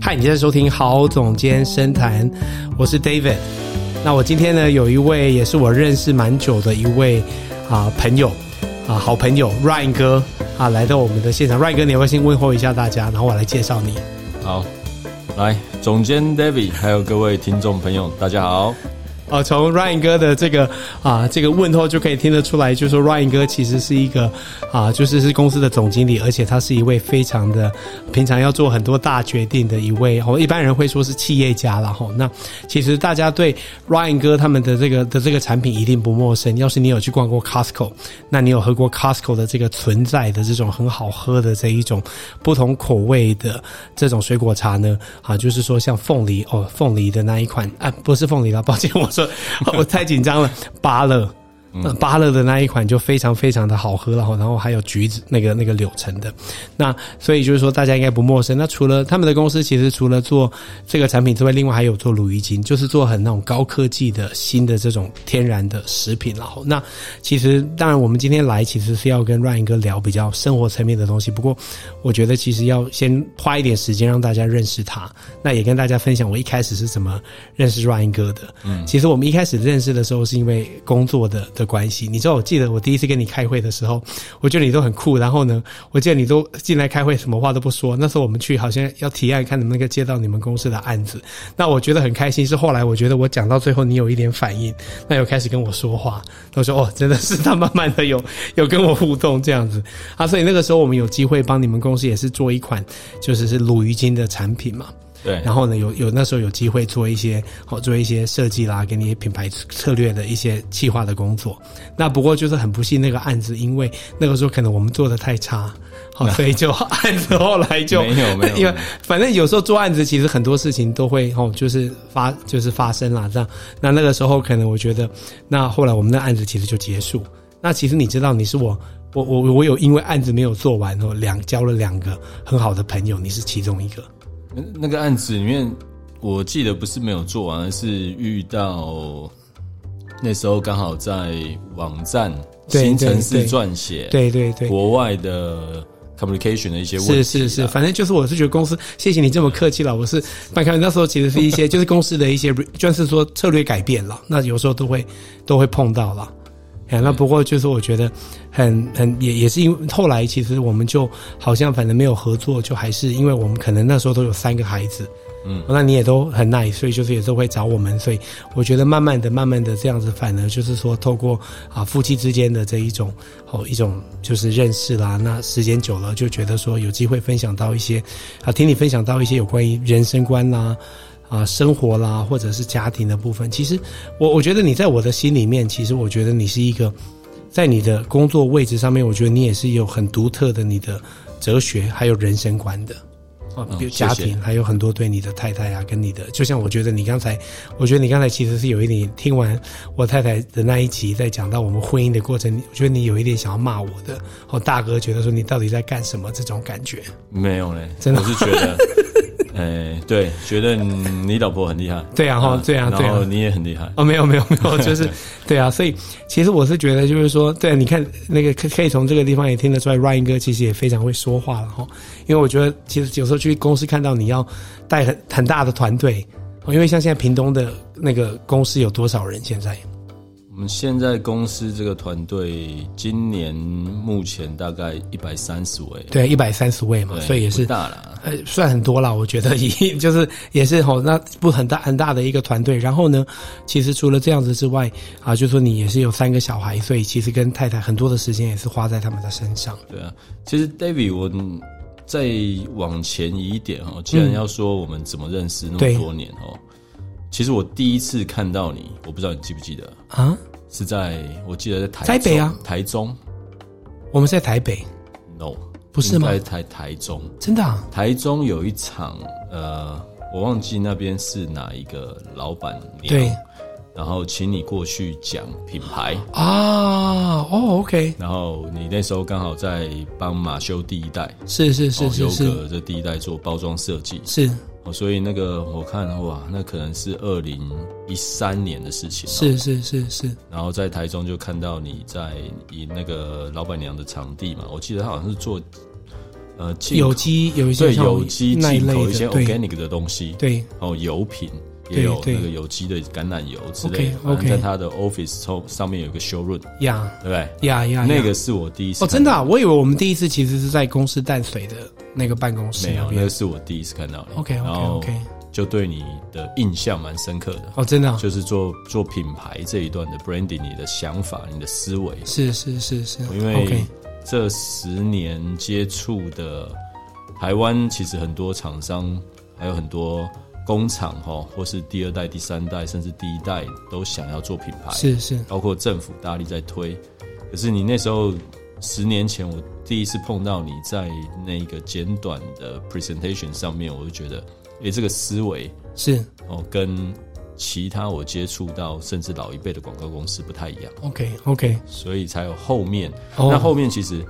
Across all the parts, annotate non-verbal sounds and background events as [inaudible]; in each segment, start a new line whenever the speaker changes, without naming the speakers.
嗨，你现在收听《郝总监深谈》，我是 David。那我今天呢，有一位也是我认识蛮久的一位啊、朋友啊好朋友 Ryan 哥啊来到我们的现场。Ryan 哥，你要不要先问候一下大家，然后我来介绍你？
好，来，总监 David，还有各位听众朋友，大家好。
呃，从 Ryan 哥的这个啊这个问候就可以听得出来，就是说 Ryan 哥其实是一个啊，就是是公司的总经理，而且他是一位非常的平常要做很多大决定的一位哦，一般人会说是企业家啦。吼、那其实大家对 Ryan 哥他们的这个的这个产品一定不陌生，要是你有去逛过 Costco，那你有喝过 Costco 的这个存在的这种很好喝的这一种不同口味的这种水果茶呢？啊，就是说像凤梨哦，凤梨的那一款啊，不是凤梨啦，抱歉，我说 [laughs] 我太紧张了，芭乐。那芭乐的那一款就非常非常的好喝了哈，然后还有橘子那个那个柳橙的，那所以就是说大家应该不陌生。那除了他们的公司，其实除了做这个产品之外，另外还有做乳鱼精，就是做很那种高科技的新的这种天然的食品然后那其实当然我们今天来其实是要跟 Ryan 哥聊比较生活层面的东西，不过我觉得其实要先花一点时间让大家认识他，那也跟大家分享我一开始是怎么认识 Ryan 哥的。嗯，其实我们一开始认识的时候是因为工作的的关系。你知道，我记得我第一次跟你开会的时候，我觉得你都很酷。然后呢，我记得你都进来开会，什么话都不说。那时候我们去好像要提案，看能不能够接到你们公司的案子。那我觉得很开心。是后来我觉得我讲到最后，你有一点反应，那有开始跟我说话。我说哦，真的是他慢慢的有 [laughs] 有跟我互动这样子啊。所以那个时候我们有机会帮你们公司也是做一款就是是卤鱼精的产品嘛。
对，
然后呢，有有那时候有机会做一些好做一些设计啦，给你品牌策略的一些企划的工作。那不过就是很不幸那个案子，因为那个时候可能我们做的太差，
[laughs]
好，所以就案子后来就
没有没有
因为反正有时候做案子，其实很多事情都会哦，就是发就是发生啦这样。那那个时候可能我觉得，那后来我们的案子其实就结束。那其实你知道，你是我。我我我有因为案子没有做完哦，两交了两个很好的朋友，你是其中一个。
那那个案子里面，我记得不是没有做完，而是遇到那时候刚好在网站
对
新城
对
市
对
撰写
对对对，
国外的 communication 的一些问题啊
是
啦，
是是，反正就是我是觉得公司，谢谢你这么客气了。我是麦凯文那时候其实是一
[laughs]
些就是公司的一些，就是说策略改变了，那有时候都会都会碰到了。哎，那不过就是我觉得很很也也是因为后来其实我们就好像反正没有合作，就还是因为我们可能那时候都有三个孩子，嗯，那你也都很 nice，所以就是也都会找我们，所以我觉得慢慢的、慢慢的这样子，反而就是说透过啊夫妻之间的这一种哦一种就是认识啦，那时间久了就觉得说有机会分享到一些啊，听你分享到一些有关于人生观啦。啊，生活啦，或者是家庭的部分，其实我我觉得你在我的心里面，其实我觉得你是一个，在你的工作位置上面，我觉得你也是有很独特的你的哲学还有人生观的。啊，
嗯
比如
谢谢
家庭还有很多对你的太太啊，跟你的，就像我觉得你刚才，我觉得你刚才其实是有一点听完我太太的那一集，在讲到我们婚姻的过程，我觉得你有一点想要骂我的，哦，大哥觉得说你到底在干什么这种感觉，
没
[laughs]
有嘞，
真的
我是觉得， [laughs] 哎、对，觉得你你老婆很厉害，
对啊哈，对啊，对
然
啊
后，你也很厉害，
哦，没有没有没有，就是对啊，所以其实我是觉得，就是说，对、啊，你看那个可可以从这个地方也听得出来，Ryan 哥其实也非常会说话了哈。因为我觉得，其实有时候去公司看到你要带很很大的团队，哦因为像现在屏东的那个公司有多少人？现在
我们现在公司这个团队，今年目前大概一百三十位，
对一百三十位嘛，
对
哦所以也是
不大啦。
呃，算很多啦，我觉得以 [laughs] 就是也是吼，那不很大很大的一个团队。然后呢，其实除了这样子之外啊，就说你也是有三个小孩，所以其实跟太太很多的时间也是花在他们的身上。
对啊，其实 David，我再往前移一点哦，既然要说我们怎么认识那
对
么多年哦，
嗯
其实我第一次看到你，我不知道你记不记得，
啊，
是在我记得在台
台北啊
中台中
我们在台北，
，no，
不是吗
应该台台中，
真的、啊、
台中有一场，呃，我忘记那边是哪一个老板娘，
对，
然后请你过去讲品牌，
啊，哦，OK，
然后你那时候刚好在帮马修第一代，
是是是是
哦
是
优格这第一代做包装设计，
是
哦，所以那个我看哇，那可能是二零一三年的事情、哦，
是是是是，
然后在台中就看到你在以那个老板娘的场地嘛，我记得她好像是做呃进口
有机有一些
对
像
有机
那一
进口
类
一些
的，对
organic 的东西，
对
哦，油品
对
也有
对
那个有机的橄榄油之类的。
OK，OK
反正在他的 office 抽上面有一个 showroom，
呀
对不对？
呀呀，
那
呀
个是我第一次
哦，
看
真的、啊，我以为我们第一次其实是在公司淡水的那个办公室
没
那
有，那
边
个。是我第一次看到的。
OK
然
OK
后
OK，
就对你的印象蛮深刻的，
哦，真的啊、
就是做做品牌这一段的 branding，你的想法、你的思维，
是是是是，
因
OK
为这十年接触的台湾，其实很多厂商还有很多工厂哈，或是第二代、第三代，甚至第一代都想要做品牌，
是是
包括政府大力在推。可是你那时候十年前，我第一次碰到你在那个简短的 presentation 上面，我就觉得，诶、这个思维
是
哦，跟其他我接触到甚至老一辈的广告公司不太一样。
OK OK，
所以才有后面。
哦
那后面其实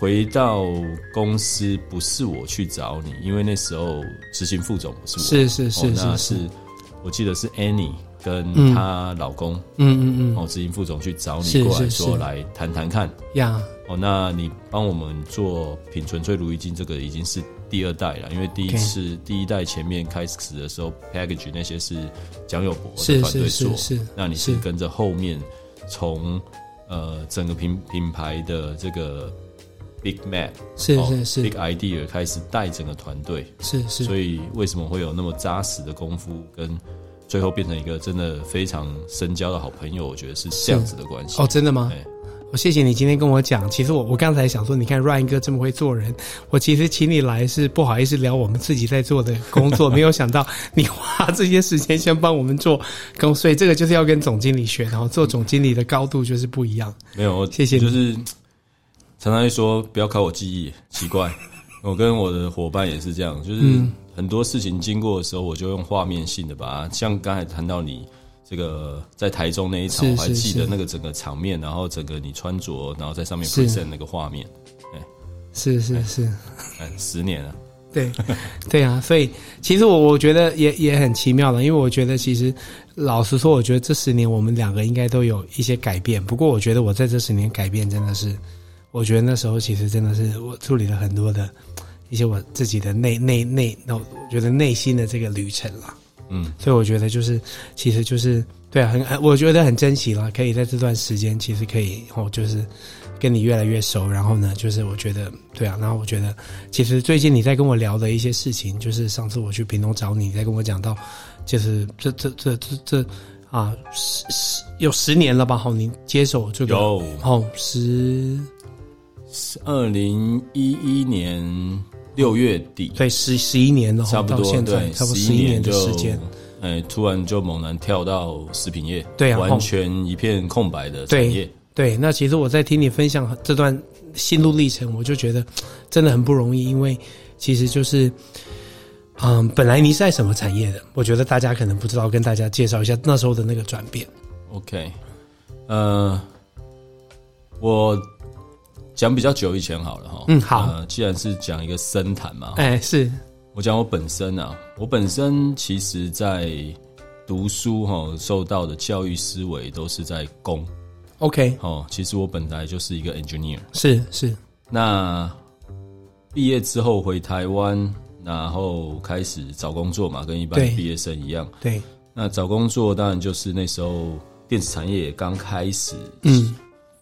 回到公司不是我去找你，因为那时候执行副总不是我，
是是是
哦那
是
是
是，
我记得是 Annie 跟
嗯
她老公、
嗯嗯嗯，
哦，执行副总去找
是
你过来
是
说
是
来谈谈看。
呀
哦，那你帮我们做品纯粹如意金，这个已经是第二代了，因为第一
OK
次第一代前面开始的时候，package 那些是蒋友柏
是
的团队
是是
做，
是，
那你是
是
跟着后面从呃整个品品牌的这个 big map
是
哦
是是
big idea 开始带整个团队，
是是
所以为什么会有那么扎实的功夫，跟最后变成一个真的非常深交的好朋友，我觉得是这样子的关系
哦，。真的吗？
对
我谢谢你今天跟我讲。其实我我刚才想说，你看 Ryan 哥这么会做人，我其实请你来是不好意思聊我们自己在做的工作，没有想到你花这些时间先帮我们做工，所以这个就是要跟总经理学，然后做总经理的高度就是不一样。
没有，我
谢谢你
就是常常会说不要考我记忆，奇怪。我跟我的伙伴也是这样，就是
嗯
很多事情经过的时候，我就用画面性的把它，像刚才谈到你这个在台中那一场，
是
我还记得
是
那个整个场面，然后整个你穿着，然后在上面
是
present 那个画面，
是是是，
嗯，十年了，
对， [laughs] 对啊，所以其实我我觉得也也很奇妙的，因为我觉得其实老实说，我觉得这十年我们两个应该都有一些改变。不过我觉得我在这十年改变真的是，我觉得那时候其实真的是我处理了很多的一些我自己的内内内，那我觉得内心的这个旅程啦。
嗯，
所以我觉得就是，其实就是对啊，很很我觉得很珍惜了，可以在这段时间，其实可以哦，就是跟你越来越熟。然后呢，就是我觉得对啊，然后我觉得其实最近你在跟我聊的一些事情，就是上次我去屏东找你，你在跟我讲到，就是这这这这这啊，十十有十年了吧？好，你接手这个
有
哦十
二零一一年六月底，
对十十一年了，吼
差不
哦到
多
现在
对，
差不多
十
十一年
年
的
就
时间，，
哎，突然就猛然跳到食品业，
对啊
完全一片空白的
对
产业。
对，那其实我在听你分享这段心路历程，我就觉得真的很不容易，因为其实就是，嗯，本来你是在什么产业的？我觉得大家可能不知道，跟大家介绍一下那时候的那个转变。
OK，呃，我讲比较久以前好了哈。
嗯好
呃，既然是讲一个深谈嘛，
哎，是
我讲我本身啊，我本身其实在读书哈，受到的教育思维都是在工
OK，
哦。其实我本来就是一个 engineer。
是是
那毕业之后回台湾，然后开始找工作嘛，跟一般的
对
毕业生一样。
对，
那找工作当然就是那时候电子产业也刚开始
嗯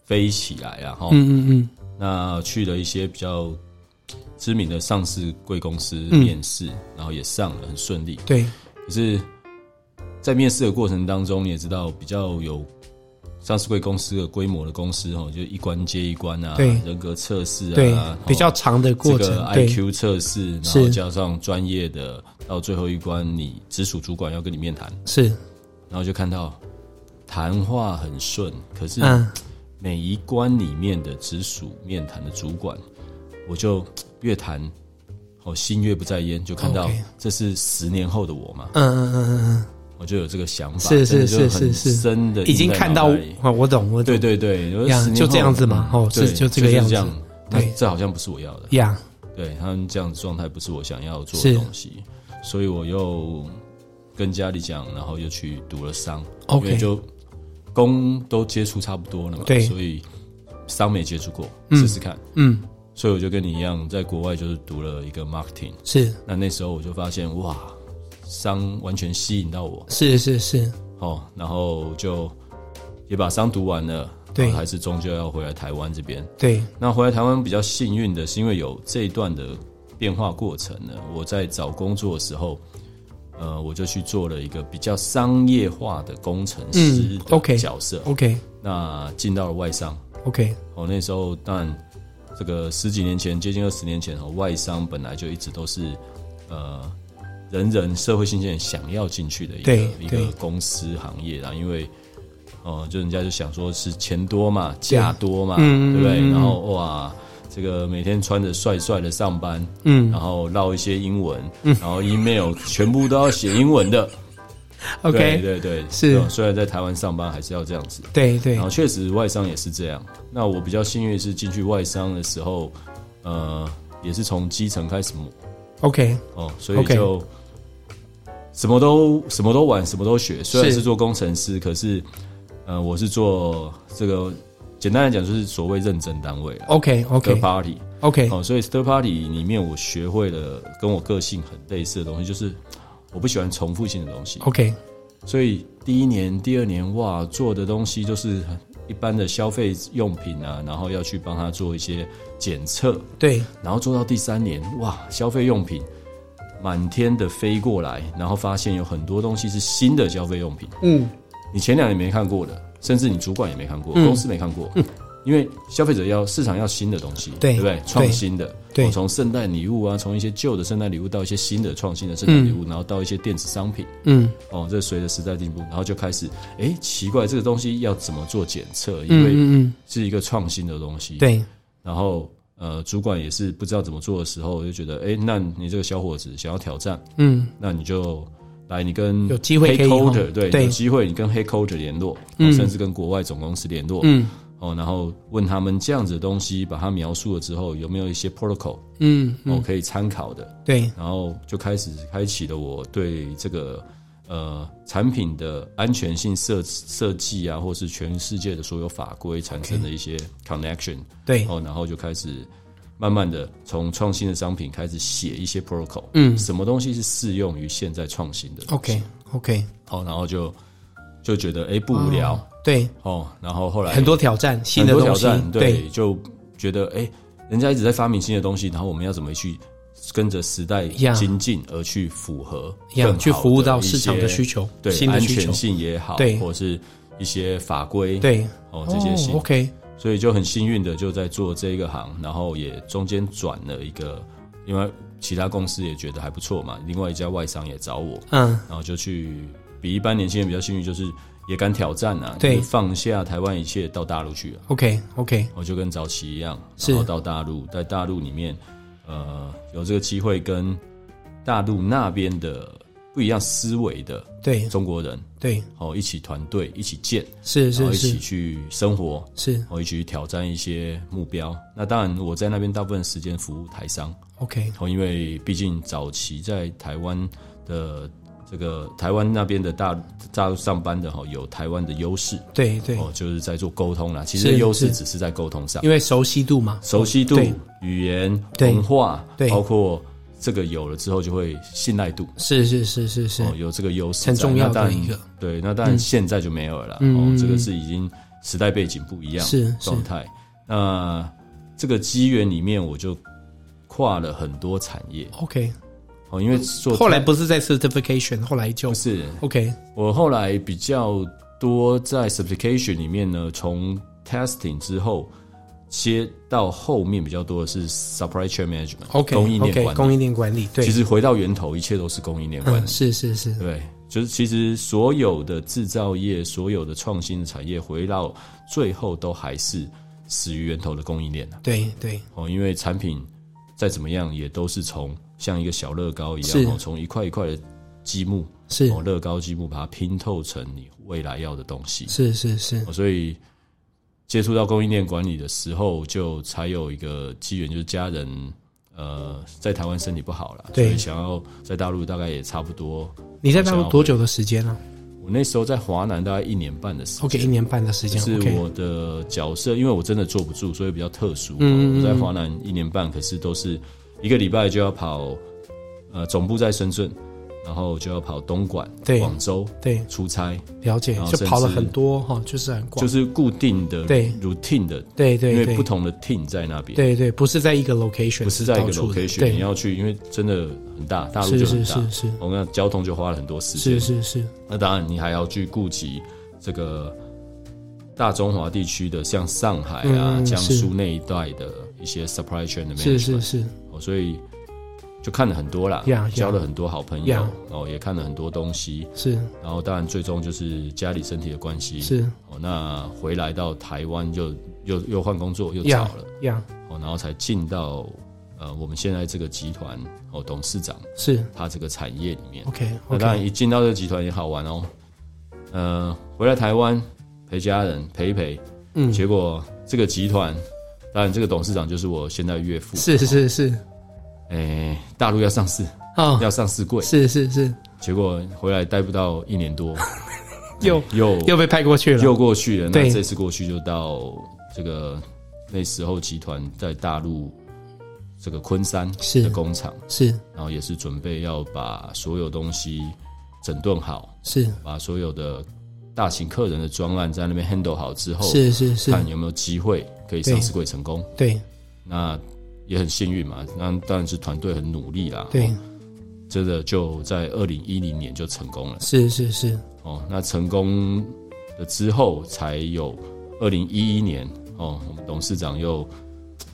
飞起来啊，哈、
嗯嗯嗯，
那去了一些比较知名的上市贵公司
嗯
面试，然后也上了，很顺利。
对，
可是，在面试的过程当中，你也知道比较有上市贵公司的规模的公司哦，就一关接一关啊，
对
人格测试
对
啊，齁
比较长的
这
过程
个，
对
IQ 测试，然后
是
加上专业的，到最后一关，你直属主管要跟你面谈，
是
然后就看到谈话很顺，可是
嗯
每一关里面的直属面谈的主管，我就越谈，哦，心越不在焉，就看到
OK
这是十年后的我嘛
嗯，嗯嗯嗯
我就有这个想法，
是是
真的就是
是
很
是
深的
嗯，已经看到
印在脑海里
啊，我懂我懂
对对对，有
呀
十年
就这
后
样子嘛哦
对
是就这
这
个样子
样那
对
这好像不是我要的，
呀，
对他们这样的状态不是我想要做的
是
东西，所以我又跟家里讲，然后又去读了商
OK
因为就工都接触差不多了嘛，
对
所以商没接触过，试试看。
嗯
所以我就跟你一样，在国外就是读了一个 marketing。
是
那那时候我就发现，哇，商完全吸引到我
是是是，
哦，然后就也把商读完了，
对
然后还是终究要回来台湾这边。
对，
那回来台湾比较幸运的是，因为有这一段的变化过程呢，我在找工作的时候，呃，我就去做了一个比较商业化的工程师
嗯
的
，OK
角色，
OK
那进到了外商。
OK，
哦，那时候当然，这个十几年前，接近二十年前哦，外商本来就一直都是呃，人人社会新鲜人想要进去的一个
对
一
对
个公司行业啦，因为。哦，就人家就想说是钱多嘛，价多嘛，
嗯
对不对？
嗯嗯
然后哇，这个每天穿着帅帅的上班，
嗯
然后唠一些英文，然后 email 全部都要写英文的。对
OK，
对对，
是
哦虽然在台湾上班还是要这样子，
对对
然后确实外商也是这样。那我比较幸运是进去外商的时候，呃，也是从基层开始磨
OK，
哦，所以
OK
就什么都什么都玩，什么都学。虽然
是
是做工程师，可是呃，我是做这个简单来讲就是所谓认证单位啊
OK
，third
OK
party。
OK，
哦，所以 third party 里面我学会了跟我个性很类似的东西，就是我不喜欢重复性的东西。
OK，
所以第一年、第二年，哇，做的东西就是一般的消费用品啊，然后要去帮他做一些检测，
对，
然后做到第三年，哇，消费用品满天的飞过来，然后发现有很多东西是新的消费用品，
嗯，
你前两年没看过的，甚至你主管也没看过，
嗯
公司没看过。因为消费者要市场要新的东西，
对
不对
对？
创新的，
对
哦从圣诞礼物啊，从一些旧的圣诞礼物到一些新的创新的圣诞礼物，然后到一些电子商品，
嗯，
哦，这随着时代进步，然后就开始，哎，奇怪，这个东西要怎么做检测？因
嗯
为
嗯嗯，
是一个创新的东西。。
对，
然后，呃，主管也是不知道怎么做的时候，就觉得，哎，那你这个小伙子想要挑战，
嗯，
那你就来，你跟
有机会可以
黑 coder
哦
对，
对
有机会你跟黑 coder 联络，
嗯
哦甚至跟国外总公司联络，
嗯
哦，然后问他们这样子的东西，把它描述了之后，有没有一些 protocol
嗯嗯，
哦可以参考的？
对，
然后就开始开启了我对这个呃产品的安全性设设计啊，或是全世界的所有法规产生的一些 connection
对，
哦，然后就开始慢慢的从创新的商品开始写一些 protocol，
嗯
什么东西是适用于现在创新的东西
，OK OK，
哦，然后就就觉得哎不无聊
对，
哦，然后后来
很多挑战，新
很
的
多
东
挑
西
战，，
对，
就觉得哎、诶人家一直在发明新的东西，然后我们要怎么去跟着时代
Yeah
精进而去符合更好
要
的
去服务到市场的需
一些，
求，
对
新的
安
需求
全，性也好，
对
或是一些法规，
对，
哦这些新，
OK，
所以就很幸运的就在做这个行，然后也中间转了一个，因为其他公司也觉得还不错嘛，另外一家外商也找我，
嗯，
然后就去比一般年轻人比较幸运，就是也敢挑战啊，
对
就是放下台湾一切到大陆去啊。
OK OK，
我就跟早期一样，
是
然后到大陆，在大陆里面，呃，有这个机会跟大陆那边的不一样思维的
对
中国人，
对，
哦，一起团队，一起建，
是
然后
是
一
是
起去生活，
是
哦，一起去挑战一些目标。那当然，我在那边大部分时间服务台商，
，OK，
哦，因为毕竟早期在台湾的这个台湾那边的大大陆上班的哈、哦，有台湾的优势。
对对，
哦，就是在做沟通啦。其
是
实优势
是
只是在沟通上，
因为熟悉度嘛，
熟悉度
对、
语言、
对
文化
对，
包括这个有了之后就会信赖度，
是是是是是
哦，，有这个优势在，
很重要
那当
的
然
一个，
对，那当然现在就没有了啦。
嗯
哦，这个是已经时代背景不一样
是是
状态。那这个机缘里面，我就跨了很多产业
OK。
哦，因为做
后来不是在 certification，后来就
不是
OK，
我后来比较多在 certification 里面呢，从 testing 之后。接到后面比较多的是 supply chain management
OK，
供应链
OK，
管理。
供应链管理，对，
其实回到源头，一切都是供应链管
嗯，
理。
是是是，
对，就是其实所有的制造业、所有的创新的产业，回到最后都还是始于源头的供应链啊
对对
哦，因为产品再怎么样，也都是从像一个小乐高一样
是，
哦，从一块一块的积木，
是
哦，乐高积木，把它拼透成你未来要的东西。
是是是
哦所以接触到供应链管理的时候，就才有一个机缘，就是家人呃在台湾身体不好了，所
对
以想要在大陆大概也差不多。
你在大陆多久的时间呢、啊
我那时候在华南大概一年半的时间。
？OK，一年半的时间
是
，OK，
我的角色，因为我真的坐不住，所以比较特殊。
嗯嗯嗯
我在华南一年半，可是都是一个礼拜就要跑，呃，总部在深圳，然后就要跑东莞、
对
广州
对，
出差，
了解
然，后
就跑了
甚至
很多哈，就是很广，
就是固定的、
对
routine 的，
对对
因为
对
不同的 team 在那边，
对对，不是在一个 location，
不是在一个
到处的
location，你
对，
要去，因为真的很大，大陆
是
就是很大
是，是
我跟你讲交通就花了很多时
是。
间
是是，
那当然，你还要去顾及这个大中华地区的，像上海啊、
嗯
江
是
苏那一带的一些 supply chain 的 management，
是是是，
哦，所以就看了很多啦
Yeah, yeah
交了很多好朋友
Yeah
哦，也看了很多东西。
是
然后，当然最终就是家里身体的关系，
是
哦，那回来到台湾就又又换工作，又找
呀
了
呀，
哦，然后才进到呃我们现在这个集团哦，董事长
是
他这个产业里面。
OK
那当然，
OK，
一进到这个集团也好玩哦。呃，回来台湾陪家人陪一陪，
嗯，
结果这个集团，当然这个董事长就是我现在岳父。
是是是
哎、大陆要上市，
啊，
要上市柜，
是是是，
结果回来待不到一年多，
[laughs]
哎
又
又
又被派过去了，
又过去了。
对
那这次过去就到这个那时候集团在大陆这个昆山
是
的工厂，
是
然后也是准备要把所有东西整顿好，
是
把所有的大型客人的专案在那边 handle 好之后，
是是是，
看有没有机会可以上市柜成功。
对
那也很幸运嘛，那当然是团队很努力啦。
对
哦，真的就在二零一零年就成功了
是是是
哦。那成功了之后，才有二零一一年哦，我们董事长又嘖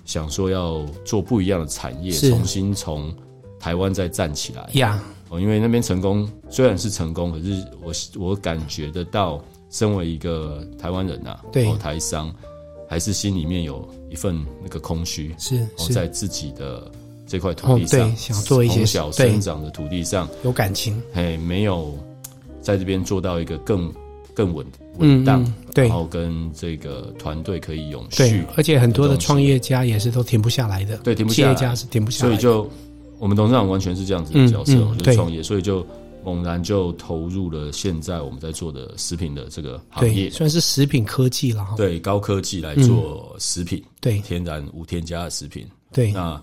想说要做不一样的产业，
是
重新从台湾再站起来。
呀，
哦，因为那边成功虽然是成功，可是我我感觉得到，身为一个台湾人啊，
对
哦、台商，还是心里面有一份那个空虚，
是
哦，
是
在自己的这块土地上，
哦对想做一些
从小
对
生长的土地上，
有感情，
嘿，没有在这边做到一个更更稳稳
嗯
当，
嗯，对
然后跟这个团队可以永
对
续，，
而且很多的
东西
创业家也是都停不下来的，
对，停不
企
下
业
来，
家是停不下
所
来
以
的，
就我们董事长完全是这样子的角色，
嗯嗯
我就
对
是创业，所以就猛然就投入了现在我们在做的食品的这个行
对，
业，
算是食品科技了哈，
对高科技来做食品，
对
天然无添加的食品。
对
那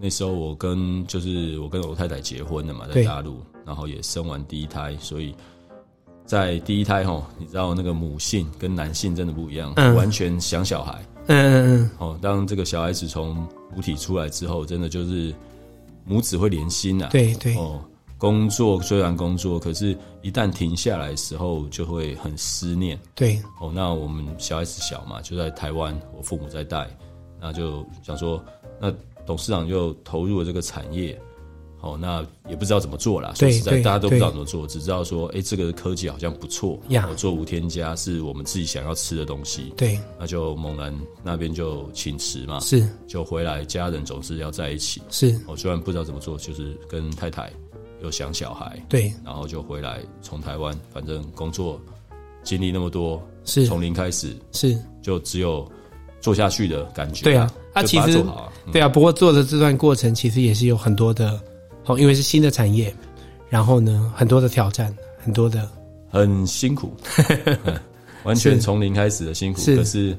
那时候我跟就是我跟我太太结婚了嘛，在
对
大陆，然后也生完第一胎，所以。在第一胎吼，你知道那个母性跟男性真的不一样，
嗯
完全想小孩。
嗯嗯嗯，
哦，当这个小孩子从母体出来之后，真的就是母子会连心啊。
对对
哦，工作虽然工作，可是一旦停下来的时候，就会很思念。
对
哦，那我们小孩子小嘛，就在台湾，我父母在带，那就想说，那董事长就投入了这个产业。哦，那也不知道怎么做啦。说
对
实在，
对
大家都不知道怎么做，只知道说，哎、这个科技好像不错，
呀
哦，做无添加是我们自己想要吃的东西。
对
那就猛然那边就请辞嘛，
是
就回来，家人总是要在一起。
是，
我虽然不知道怎么做，就是跟太太又想小孩，
对
然后就回来从台湾，反正工作经历那么多，
是
从零开始
是，
就只有做下去的感觉。
对啊，啊
就
其
把它
实
做好啊嗯
对啊，不过做的这段过程其实也是有很多的，哦，因为是新的产业，然后呢很多的挑战，很多的
很
[laughs]
辛苦，完全从零开始的辛苦，
是
可是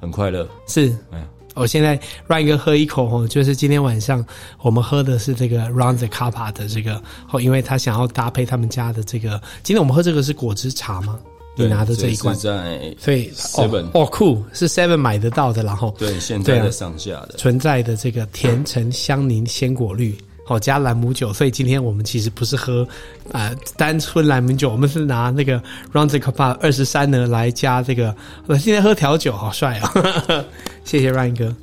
很快乐。
是
嗯。
我、现在让一个喝一口哦，就是今天晚上我们喝的是这个 Round the Capa 的这个哦，因为他想要搭配他们家的这个。今天我们喝这个是果汁茶吗？你
对
拿的这一罐
是，在
所以哦
Seven
哦酷是 Seven 买得到的，然后
对现
对
在
啊
的上下的，
存在的这个甜橙香柠鲜果绿。哦，加蓝姆酒，所以今天我们其实不是喝，呃，单纯蓝姆酒，我们是拿那个 Round the Cup 二十三呢来加这个。我今天喝调酒，好帅哦！ [laughs] 谢谢 Ryan 哥。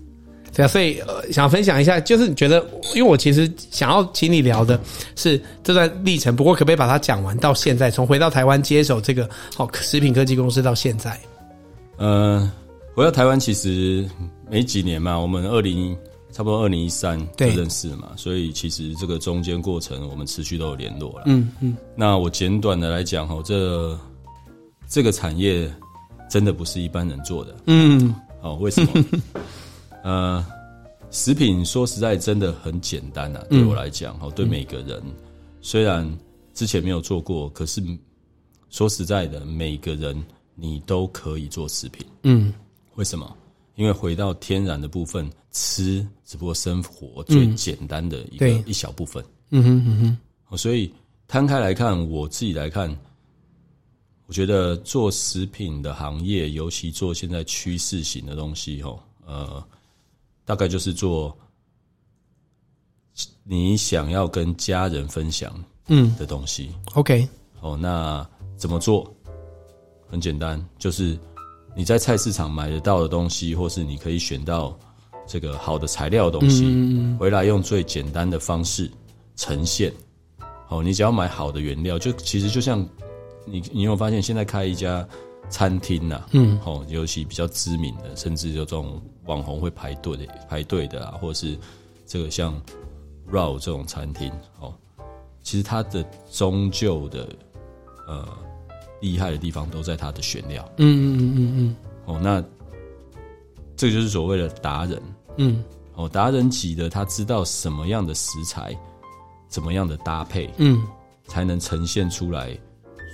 对啊，所以、呃、想分享一下，就是你觉得，因为我其实想要请你聊的是这段历程，不过可不可以把它讲完？到现在，从回到台湾接手这个哦食品科技公司到现在，
呃，回到台湾其实没几年嘛，我们二零差不多二零一三就
对
认识嘛，所以其实这个中间过程我们持续都有联络了。
嗯嗯，
那我简短的来讲哦，这这个产业真的不是一般人做的。
嗯，
哦，为什么？
[laughs]
呃，食品说实在真的很简单啊，
嗯
对我来讲，哦，对每个人，虽然之前没有做过，可是说实在的，每个人你都可以做食品，
嗯
为什么？因为回到天然的部分，吃只不过生活最简单的一个、
嗯对
一小部分。
嗯哼嗯哼，
哦所以摊开来看，我自己来看，我觉得做食品的行业，尤其做现在趋势型的东西，哦，呃，大概就是做你想要跟家人分享
嗯
的东西。
，OK，
哦，那怎么做？很简单，就是你在菜市场买得到的东西，或是你可以选到这个好的材料的东西，回来用最简单的方式呈现。哦，你只要买好的原料，就其实就像你，你有发现现在开一家餐厅呐、嗯，哦，尤其比较知名的，甚至有这种网红会排队的排队的啊，或者是这个像 RAW 这种餐厅，哦，其实它的终究的呃厉害的地方都在它的选料
嗯嗯嗯
哦。那这个就是所谓的达人
嗯嗯
哦，达人级的他知道什么样的食材，怎么样的搭配
嗯
才能呈现出来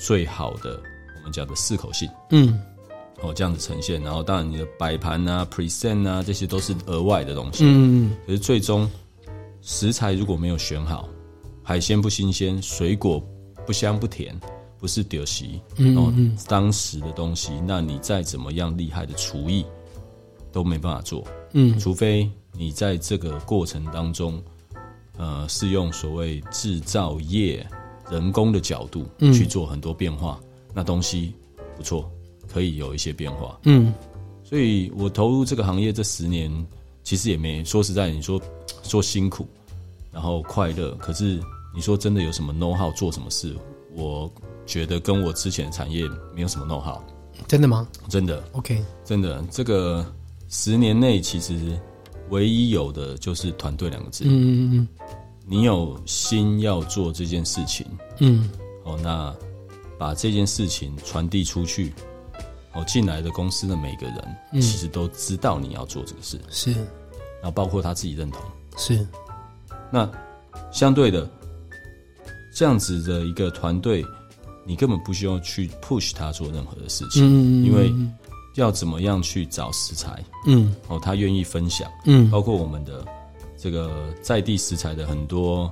最好的我们讲的适口性
嗯
哦，这样子呈现。然后当然你的摆盘啊、present 啊，这些都是额外的东西。
嗯
可是最终食材如果没有选好，海鲜不新鲜，水果不香不甜，不是丢席，然后当时的东西，那你再怎么样厉害的厨艺都没办法做，
嗯
除非你在这个过程当中，呃，是用所谓制造业人工的角度去做很多变化，那东西不错，可以有一些变化。
嗯
所以我投入这个行业这十年，其实也没说实在，你说说辛苦，然后快乐，可是你说真的有什么 know how 做什么事，我觉得跟我之前的产业没有什么 know how，
真的吗
真的
？OK，
真的，这个十年内其实唯一有的就是团队两个字，
嗯嗯
你有心要做这件事情，
嗯
哦，那把这件事情传递出去，哦，进来的公司的每个人、其实都知道你要做这个事，
是
然后包括他自己认同。
是，
那相对的，这样子的一个团队，你根本不需要去 push 他做任何的事情，
嗯
因为要怎么样去找食材，
嗯
哦，他愿意分享，
嗯
包括我们的这个在地食材的很多，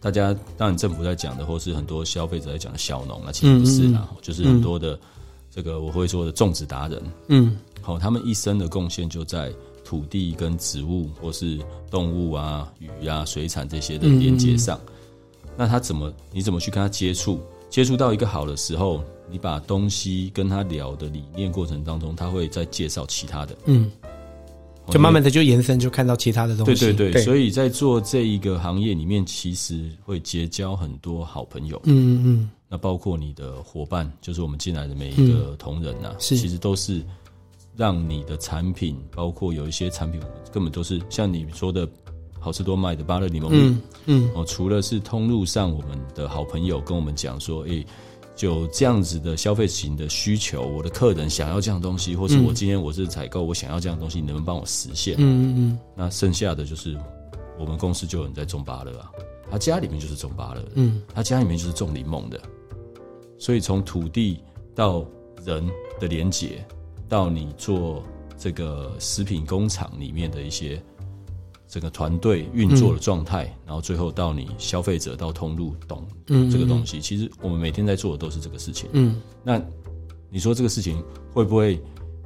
大家当然政府在讲的，或是很多消费者在讲的小农啊，其实不是
嗯
啦，就是很多的这个我会说的种植达人，
嗯
好、他们一生的贡献就在土地跟植物或是动物啊、鱼啊、水产这些的连接上。那他怎么，你怎么去跟他接触？接触到一个好的时候，你把东西跟他聊的理念过程当中，他会再介绍其他的，
嗯，
哦
就慢慢的就延伸，就看到其他的东
对
西。
对对，所
以
以在做这一个行业里面，其实会结交很多好朋友。
嗯嗯
那包括你的伙伴，就是我们进来的每一个同仁呐、
是
其实都是让你的产品，包括有一些产品，我们根本都是像你说的好吃多卖的芭乐柠檬露。
嗯嗯
哦，除了是通路上我们的好朋友跟我们讲说，诶、就这样子的消费型的需求，我的客人想要这样的东西，或是我今天我是采购，我想要这样的东西，你能不能帮我实现？
嗯嗯
那剩下的就是我们公司就有人在种芭乐啊，他家里面就是种芭乐的，
嗯
他家里面就是种柠檬的，所以从土地到人的连结，到你做这个食品工厂里面的一些整个团队运作
嗯
的状态，然后最后到你消费者到通路懂
嗯
这个东西，其实我们每天在做的都是这个事情。
嗯
那你说这个事情会不会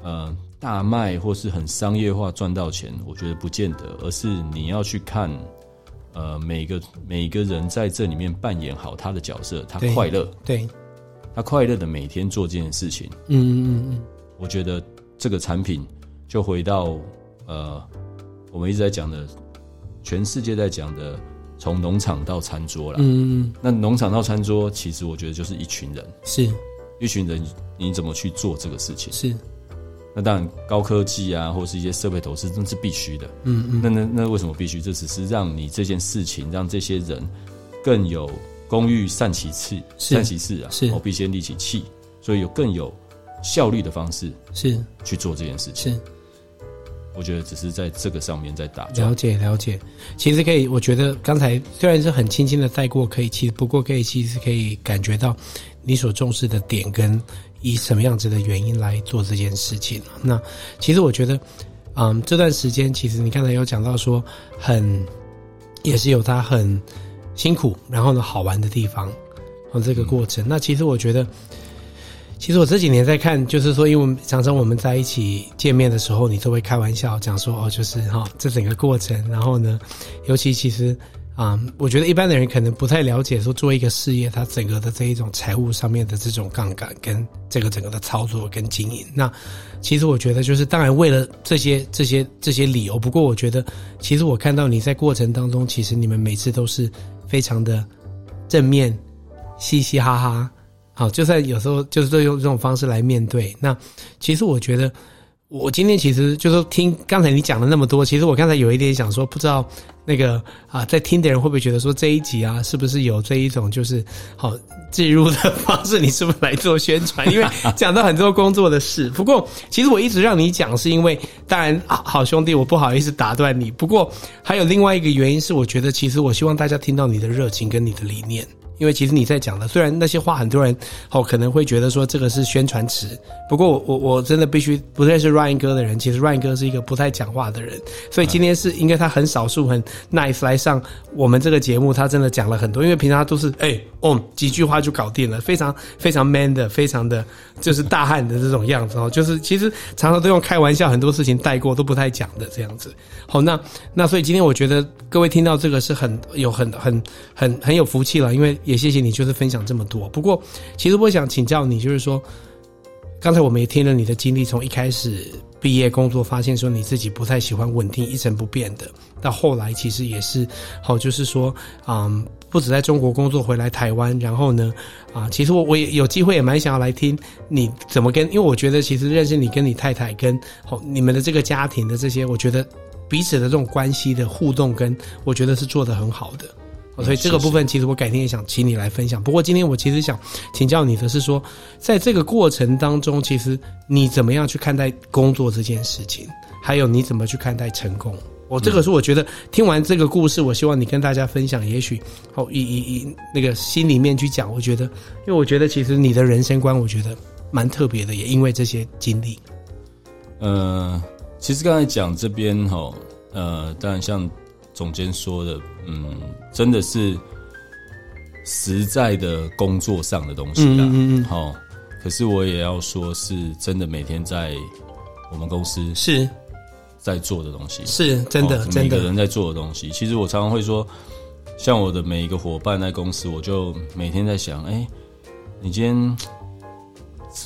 呃大卖或是很商业化赚到钱？我觉得不见得，而是你要去看呃每个每个人在这里面扮演好他的角色，他
对
快乐，
对，
他快乐的每天做这件事情。
嗯嗯嗯
我觉得这个产品就回到呃我们一直在讲的，全世界在讲的。从农场到餐桌啦，
嗯
那农场到餐桌，其实我觉得就是一群人，
是
一群人你怎么去做这个事情？
是
那当然，高科技啊，或是一些设备投资，那是必须的。
嗯嗯
那那那为什么必须？这只是让你这件事情，让这些人更有工欲善其事，
是
善其事啊，
是
哦，必先利其器，所以有更有效率的方式
是
去做这件事情。
是。
我觉得只是在这个上面在打
了
转。
解了解，其实可以，我觉得刚才虽然是很轻轻的带过，可以其实不过可以其实可以感觉到你所重视的点跟以什么样子的原因来做这件事情。那其实我觉得，嗯，这段时间其实你刚才有讲到说很，也是有它很辛苦，然后呢好玩的地方，哦这个过程。那其实我觉得。其实我这几年在看，就是说，因为我们常常我们在一起见面的时候，你都会开玩笑讲说，哦，就是哈、哦，这整个过程，然后呢，尤其其实啊、嗯我觉得一般的人可能不太了解说做一个事业，它整个的这一种财务上面的这种杠杆跟这个整个的操作跟经营。那其实我觉得就是，当然为了这些这些这些理由，不过我觉得其实我看到你在过程当中，其实你们每次都是非常的正面，嘻嘻哈哈。好，就算有时候就是都用这种方式来面对。那其实我觉得，我今天其实就是听刚才你讲了那么多，其实我刚才有一点想说，不知道那个啊，在听的人会不会觉得说这一集啊，是不是有这一种就是好置入的方式？你是不是来做宣传？因为讲到很多工作的事。不过，其实我一直让你讲，是因为当然啊好兄弟，我不好意思打断你。不过还有另外一个原因是，我觉得其实我希望大家听到你的热情跟你的理念。因为其实你在讲的，虽然那些话很多人哦可能会觉得说这个是宣传词，不过我我我真的必须不认识 Ryan 哥的人，其实 Ryan 哥是一个不太讲话的人，所以今天是应该他很少数很 nice 来上我们这个节目，他真的讲了很多，因为平常他都是哎、哦几句话就搞定了，非常非常 man 的，非常的就是大汉的这种样子哦，就是其实常常都用开玩笑很多事情带过都不太讲的这样子。好，那那所以今天我觉得各位听到这个是很有很很很很有福气了，因为也谢谢你就是分享这么多。不过其实我想请教你，就是说刚才我们也听了你的经历，从一开始毕业工作，发现说你自己不太喜欢稳定一成不变的，到后来其实也是好，就是说嗯。不止在中国工作，回来台湾，然后呢，啊，其实我我也有机会也蛮想要来听你怎么跟，因为我觉得其实认识你跟你太太跟哦你们的这个家庭的这些，我觉得彼此的这种关系的互动跟，我觉得是做得很好的。哦所以这个部分其实我改天也想请你来分享。不过今天我其实想请教你的是说，在这个过程当中，其实你怎么样去看待工作这件事情，还有你怎么去看待成功？我、这个是我觉得听完这个故事，我希望你跟大家分享，也许哦以以以那个心里面去讲，我觉得，因为我觉得其实你的人生观，我觉得蛮特别的，也因为这些经历，
呃，其实刚才讲这边哈，呃，当然像总监说的，嗯，真的是实在的工作上的东西啦，嗯嗯好、可是我也要说，是真的每天在我们公司
是
在做的东西，
是真的、
哦
真
每个
的，
人在做的东西。其实我常常会说，像我的每一个伙伴在公司，我就每天在想，哎、你今天。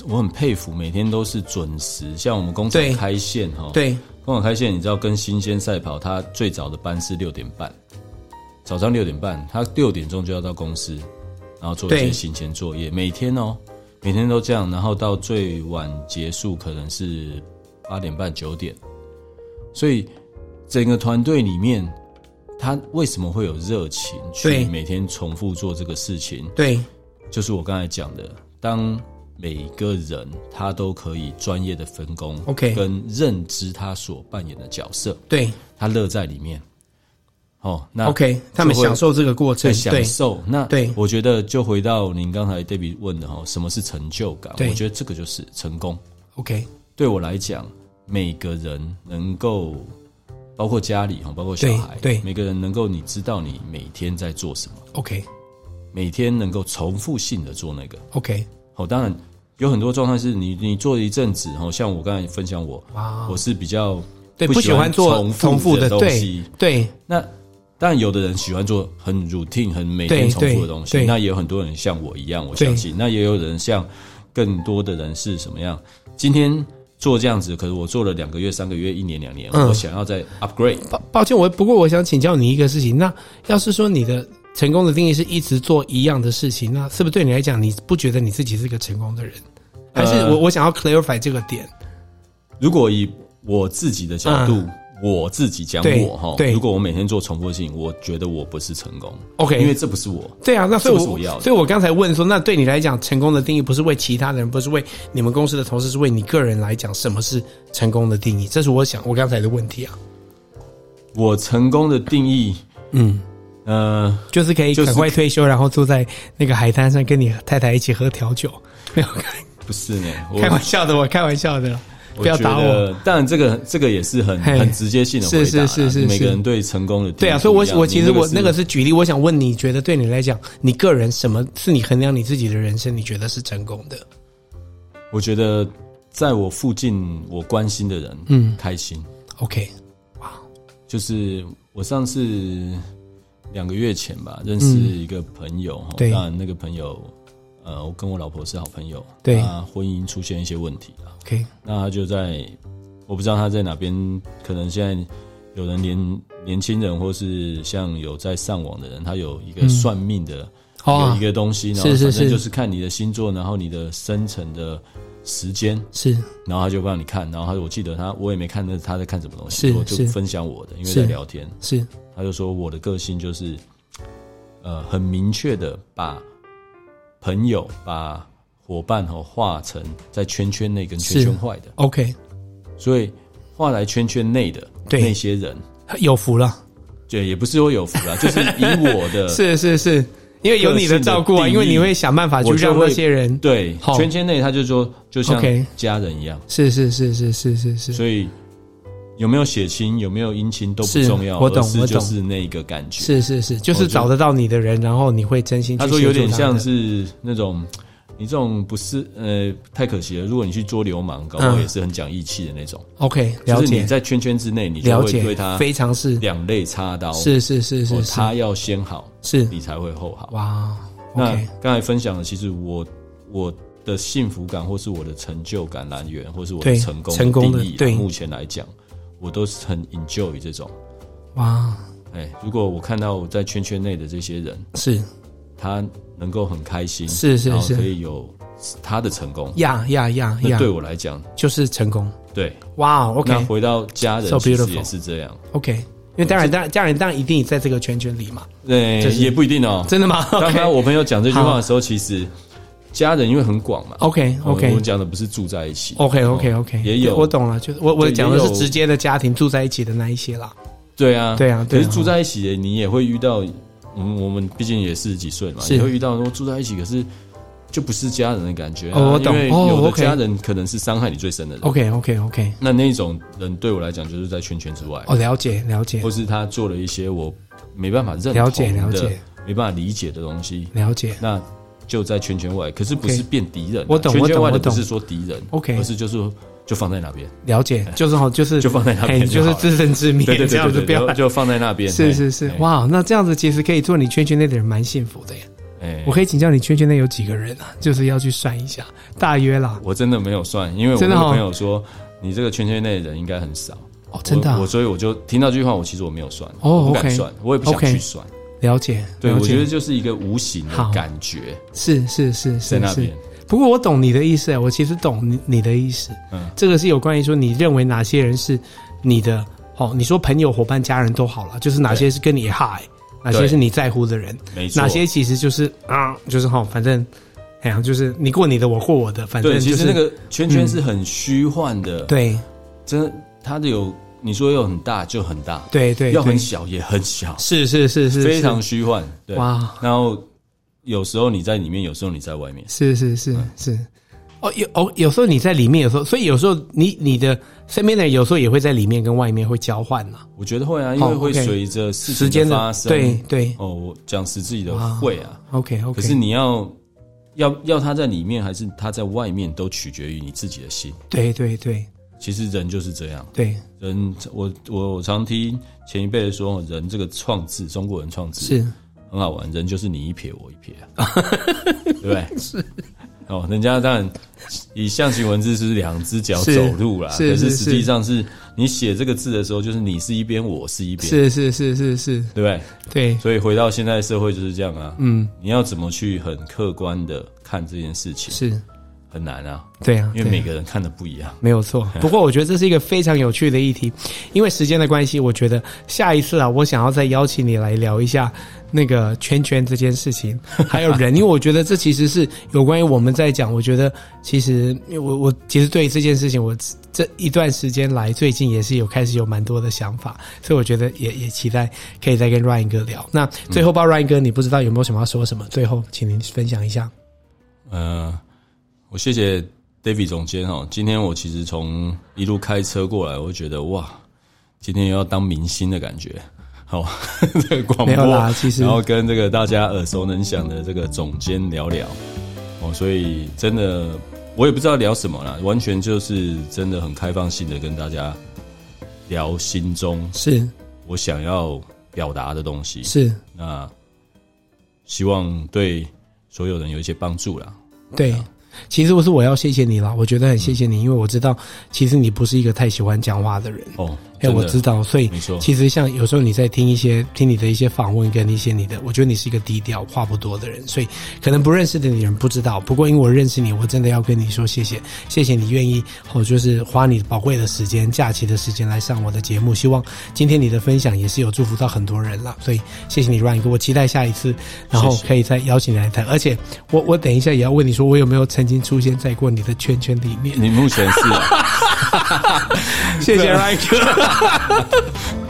我很佩服，每天都是准时。像我们工厂
对
开线哈，，
对
工厂开线，你知道跟新鲜赛跑，它最早的班是六点半，早上六点半，他六点钟就要到公司，然后做一
对
些行前作业，每天哦，每天都这样，然后到最晚结束可能是八点半九点，所以整个团队里面，他为什么会有热情
对
去每天重复做这个事情？
对
就是我刚才讲的，当每个人他都可以专业的分工
OK
跟认知他所扮演的角色，
对
他乐在里面。哦，那
OK，他们
就会
享受这个过程
在，
对
享受。那
对
我觉得就回到您刚才 Debbie 问的哈，什么是成就感？
对
我觉得这个就是成功。
OK
对我来讲，每个人能够，包括家里哈，包括小
对
孩，
对
每个人能够，你知道你每天在做什么，
OK
每天能够重复性的做那个，
OK，
哦，当然有很多状态是你你做了一阵子，哦，像我刚才分享我，
哇
我是比较
对，
不
不喜欢做重
重
复的，
的东西
对。对
那当然有的人喜欢做很 routine、很每
对
天重复的东
对
西，
对
那也有很多人像我一样，我
对
相信。那也有人像更多的人是什么样？今天做这样子，可是我做了两个月、三个月、一年、两年，
嗯
我想要再 upgrade。
抱抱歉，我不过我想请教你一个事情。那要是说你的成功的定义是一直做一样的事情，那是不是对你来讲，你不觉得你自己是个成功的人？还是
呃
我我想要 clarify 这个点？
如果以我自己的角度，
嗯
我自己讲
对
我哈，
对
如果我每天做重复性，我觉得我不是成功
OK
因为这不是我。
对啊，那所以
这
我
不是我要的
所以我刚才问说，那对你来讲，成功的定义不是为其他的人，不是为你们公司的同事，是为你个人来讲，什么是成功的定义？这是我想我刚才的问题啊。
我成功的定义，
嗯，
呃，
就是可以
就是
赶快退休，然后坐在那个海滩上跟你 [laughs] 太太一起喝调酒。没有开
不是呢，我
开玩笑的，我开玩笑的，
我
不要打
觉
我。
得。当然，这个这个也是很
嘿
很直接性的回答啦，
是是是是
每个人对成功的定义
对啊，所以
不
我
一样
我其
你
实我
是
那个是举例，我想问你觉得对你来讲，你个人什么是你衡量你自己的人生，你觉得是成功的？
我觉得在我附近我关心的人，嗯，开心。
OK，
就是我上次两个月前吧，认识一个朋友，哈
嗯对
当然那个朋友，呃，我跟我老婆是好朋友，
对
他婚姻出现一些问题啊，
OK，
那他就在，我不知道他在哪边，可能现在有人年年轻人或是像有在上网的人，他有一个算命的、
哦
有一个东西，然后
是是
反
是
正就是看你的星座，然后你的生辰的时间，
是
然后他就帮你看，然后他我记得他我也没看那他在看什么东
是
西，我就是分享我的，因为
是
在聊天，
是
他就说我的个性就是，呃，很明确的把朋友把伙伴哦画成在圈圈内跟圈
是
圈外的，
OK，
所以画来圈圈内的
对
那些人，
有福了，
就也不是说有福
[laughs]
啦，就是以我的
是是是，因为有你的照顾啊，
呃个性的
因
定义
为你会想办法去
我就
让
会
那些人，
对
好
圈圈内，他就说就像
OK
家人一样，
是是是是是是是，
所以。有没有血亲，有没有姻亲都不
是
重要，
我懂
而是
我懂
就是那个感觉。
是是是，就是
我就
找得到你的人，然后你会真心去
他
协助
说
的。
有点像是那种，你这种不是呃太可惜了。如果你去捉流氓，搞不好
嗯
也是很讲义气的那种。
OK，了
就是你
解
在圈圈之内，你就
了
会对
解
他，
非常是
两肋插刀，
是是是
哦
是是
他要先好，
是
你才会后好。
哇
那
，OK
刚才分享的，其实我我的幸福感，或是我的成就感来源，或是我的
对
成功
成功的
定义啊，
对
目前来讲，我都是很 enjoy 这种。
哇
哎，如果我看到我在圈圈内的这些人，
是
他能够很开心，
是是
然后
是
可以有他的成功，
呀呀呀
那
呀
对，我来讲，
就是成功
对。
哇
那
OK
回到家人
So
其实
beautiful
也是这样，
OK，因为当然当然当然当然一定在这个圈圈里嘛，
对
就，是
也不一定哦。
真的吗
刚
？OK
刚我朋友讲这句话的时候，其实家人因为很广嘛
OK
我
OK
我讲的不是住在一起
OK OK OK，
哦也有
我懂了，就是我我
对
讲的
也
是
有
直接的家庭住在一起的那一些啦，
对啊，
对啊对啊
可是住在一起，你也会遇到，嗯，我们毕竟也四十几岁嘛，
是
你会遇到说住在一起，可是就不是家人的感觉啊、
哦我懂
因为
哦
有的
OK 哦
家人可能是伤害你最深的人。
OK OK OK，
那那种人对我来讲，就是在圈圈之外，
哦了解了解
或是他做了一些我没办法认同的、
了解了解
没办法理解的东西，
了解
那就在圈圈外。可是不
OK
是变敌人啊、
我懂
圈圈外
我
的
懂
不是说敌人
OK
而是就是就放在
[laughs]
那边，
了
[laughs]
解，就是好就是
就放在那边
嘿
就
就是
好了
自生自灭
对对
这
对
样
对
子，
对，
不要
就就放在那边。
[laughs]
哎
是
嘿
是是
嘿，
哇，那这样子其实可以做你圈圈内的人蛮幸福的耶。
哎
我可以请教你圈圈内有几个人啊？就是要去算一下，大约啦。
我真的没有算，因为我
真
那
的
个
哦
朋友说，你这个圈圈内的人应该很少。
哦，真的啊、
我，我所以我就听到这句话，我其实我没有算，
哦
我不敢
OK
算，我也不想
OK
去算。
了解，
对，
了
我
解
觉得就是一个无形
好
的感觉
是是是
在
是
那
是
边。。
不过我懂你的意思，啊我其实懂你你的意思。
嗯，
这个是有关于说你认为哪些人是你的哦，你说朋友、伙伴、家人都好了，就是哪些是跟你嗨，哪些
对
是你在乎的人，
没错。
哪些其实就是啊，就是哈、反正哎呀，就是你过你的，我过我的，反正
对，
就是
其
嗯
实那个圈圈是很虚幻的，，
对
真的它的有你说要很大就很大，
对对，
要很
对
小也很小，
是是是是
非常虚幻。对，
哇
然后有时候你在里面，有时候你在外面，
是是是
嗯
是。哦，有哦，有时候你在里面，有时候，所以有时候你你的身边的人有时候也会在里面跟外面会交换呐、
我觉得会啊，因为
好
会
哦，OK
随着事
时
情
间
的
的
发生，
对对
哦，我讲实际的
哇
会啊，
，OK
可是
OK，
你要要要他在里面，还是他在外面，都取决于你自己的心。
对对对
其实人就是这样，
对，
人我我我常听前一辈的说，人这个创字，中国人创字
是
很好玩，人就是你一撇我一撇、
[laughs]
啊，对不对？是。哦，人家当然以象形文字是两只脚
是
走路啦，
是
可
是
是
是
实际上是你写这个字的时候，就是你是一边，我是一边，
是是是是是，
对不对？
对
所以回到现在社会就是这样啊，嗯，你要怎么去很客观的看这件事情，
是
很难啊，
对啊，
因
对啊
为每个人看的不一样。
没有错。
哎
不过我觉得这是一个非常有趣的议题，因为时间的关系，我觉得下一次啊，我想要再邀请你来聊一下那个圈圈这件事
[laughs]
情，还有人，因为我觉得这其实是有关于我们在讲。我觉得其实我我其实对这件事情，我这一段时间来最近也是有开始有蛮多的想法，所以我觉得也也期待可以再跟 Ryan 哥
嗯
聊。那最后，吧，Ryan 哥，你不知道有没有什么要说什么？最后，请您分享一下。
呃，我谢谢 David 总监哦。今天我其实从一路开车过来，我就觉得哇，今天又要当明星的感觉。好，这个 [laughs]
[laughs]
广
没有
播
啦，，其实
哦然后跟这个大家耳熟能详的这个总监聊聊哦，所以真的我也不知道聊什么啦，完全就是真的很开放性的跟大家聊心中
是
我想要表达的东西。
是，
那希望对所有人有一些帮助啦。
对，其实我是我要谢谢你啦，我觉得很谢谢你，因为我知道其实你不是一个太喜欢讲话的人，
哦，
哎，
真的
我知道，所以
没错
其实像有时候你在听一些听你的一些访问跟一些你的，我觉得你是一个低调话不多的人，所以可能不认识的你人不知道，不过因为我认识你，我真的要跟你说谢谢，谢谢你愿意哦，就是花你宝贵的时间、假期的时间来上我的节目，希望今天你的分享也是有祝福到很多人啦，所以谢谢你 Ryan 哥，我期待下一次，然后
谢谢
可以再邀请你来谈，而且我我等一下也要问你说，我有没有曾经出现在过你的圈圈
[laughs]
里面？ [laughs]
你目前是、啊、
谢谢 Ryan 哥。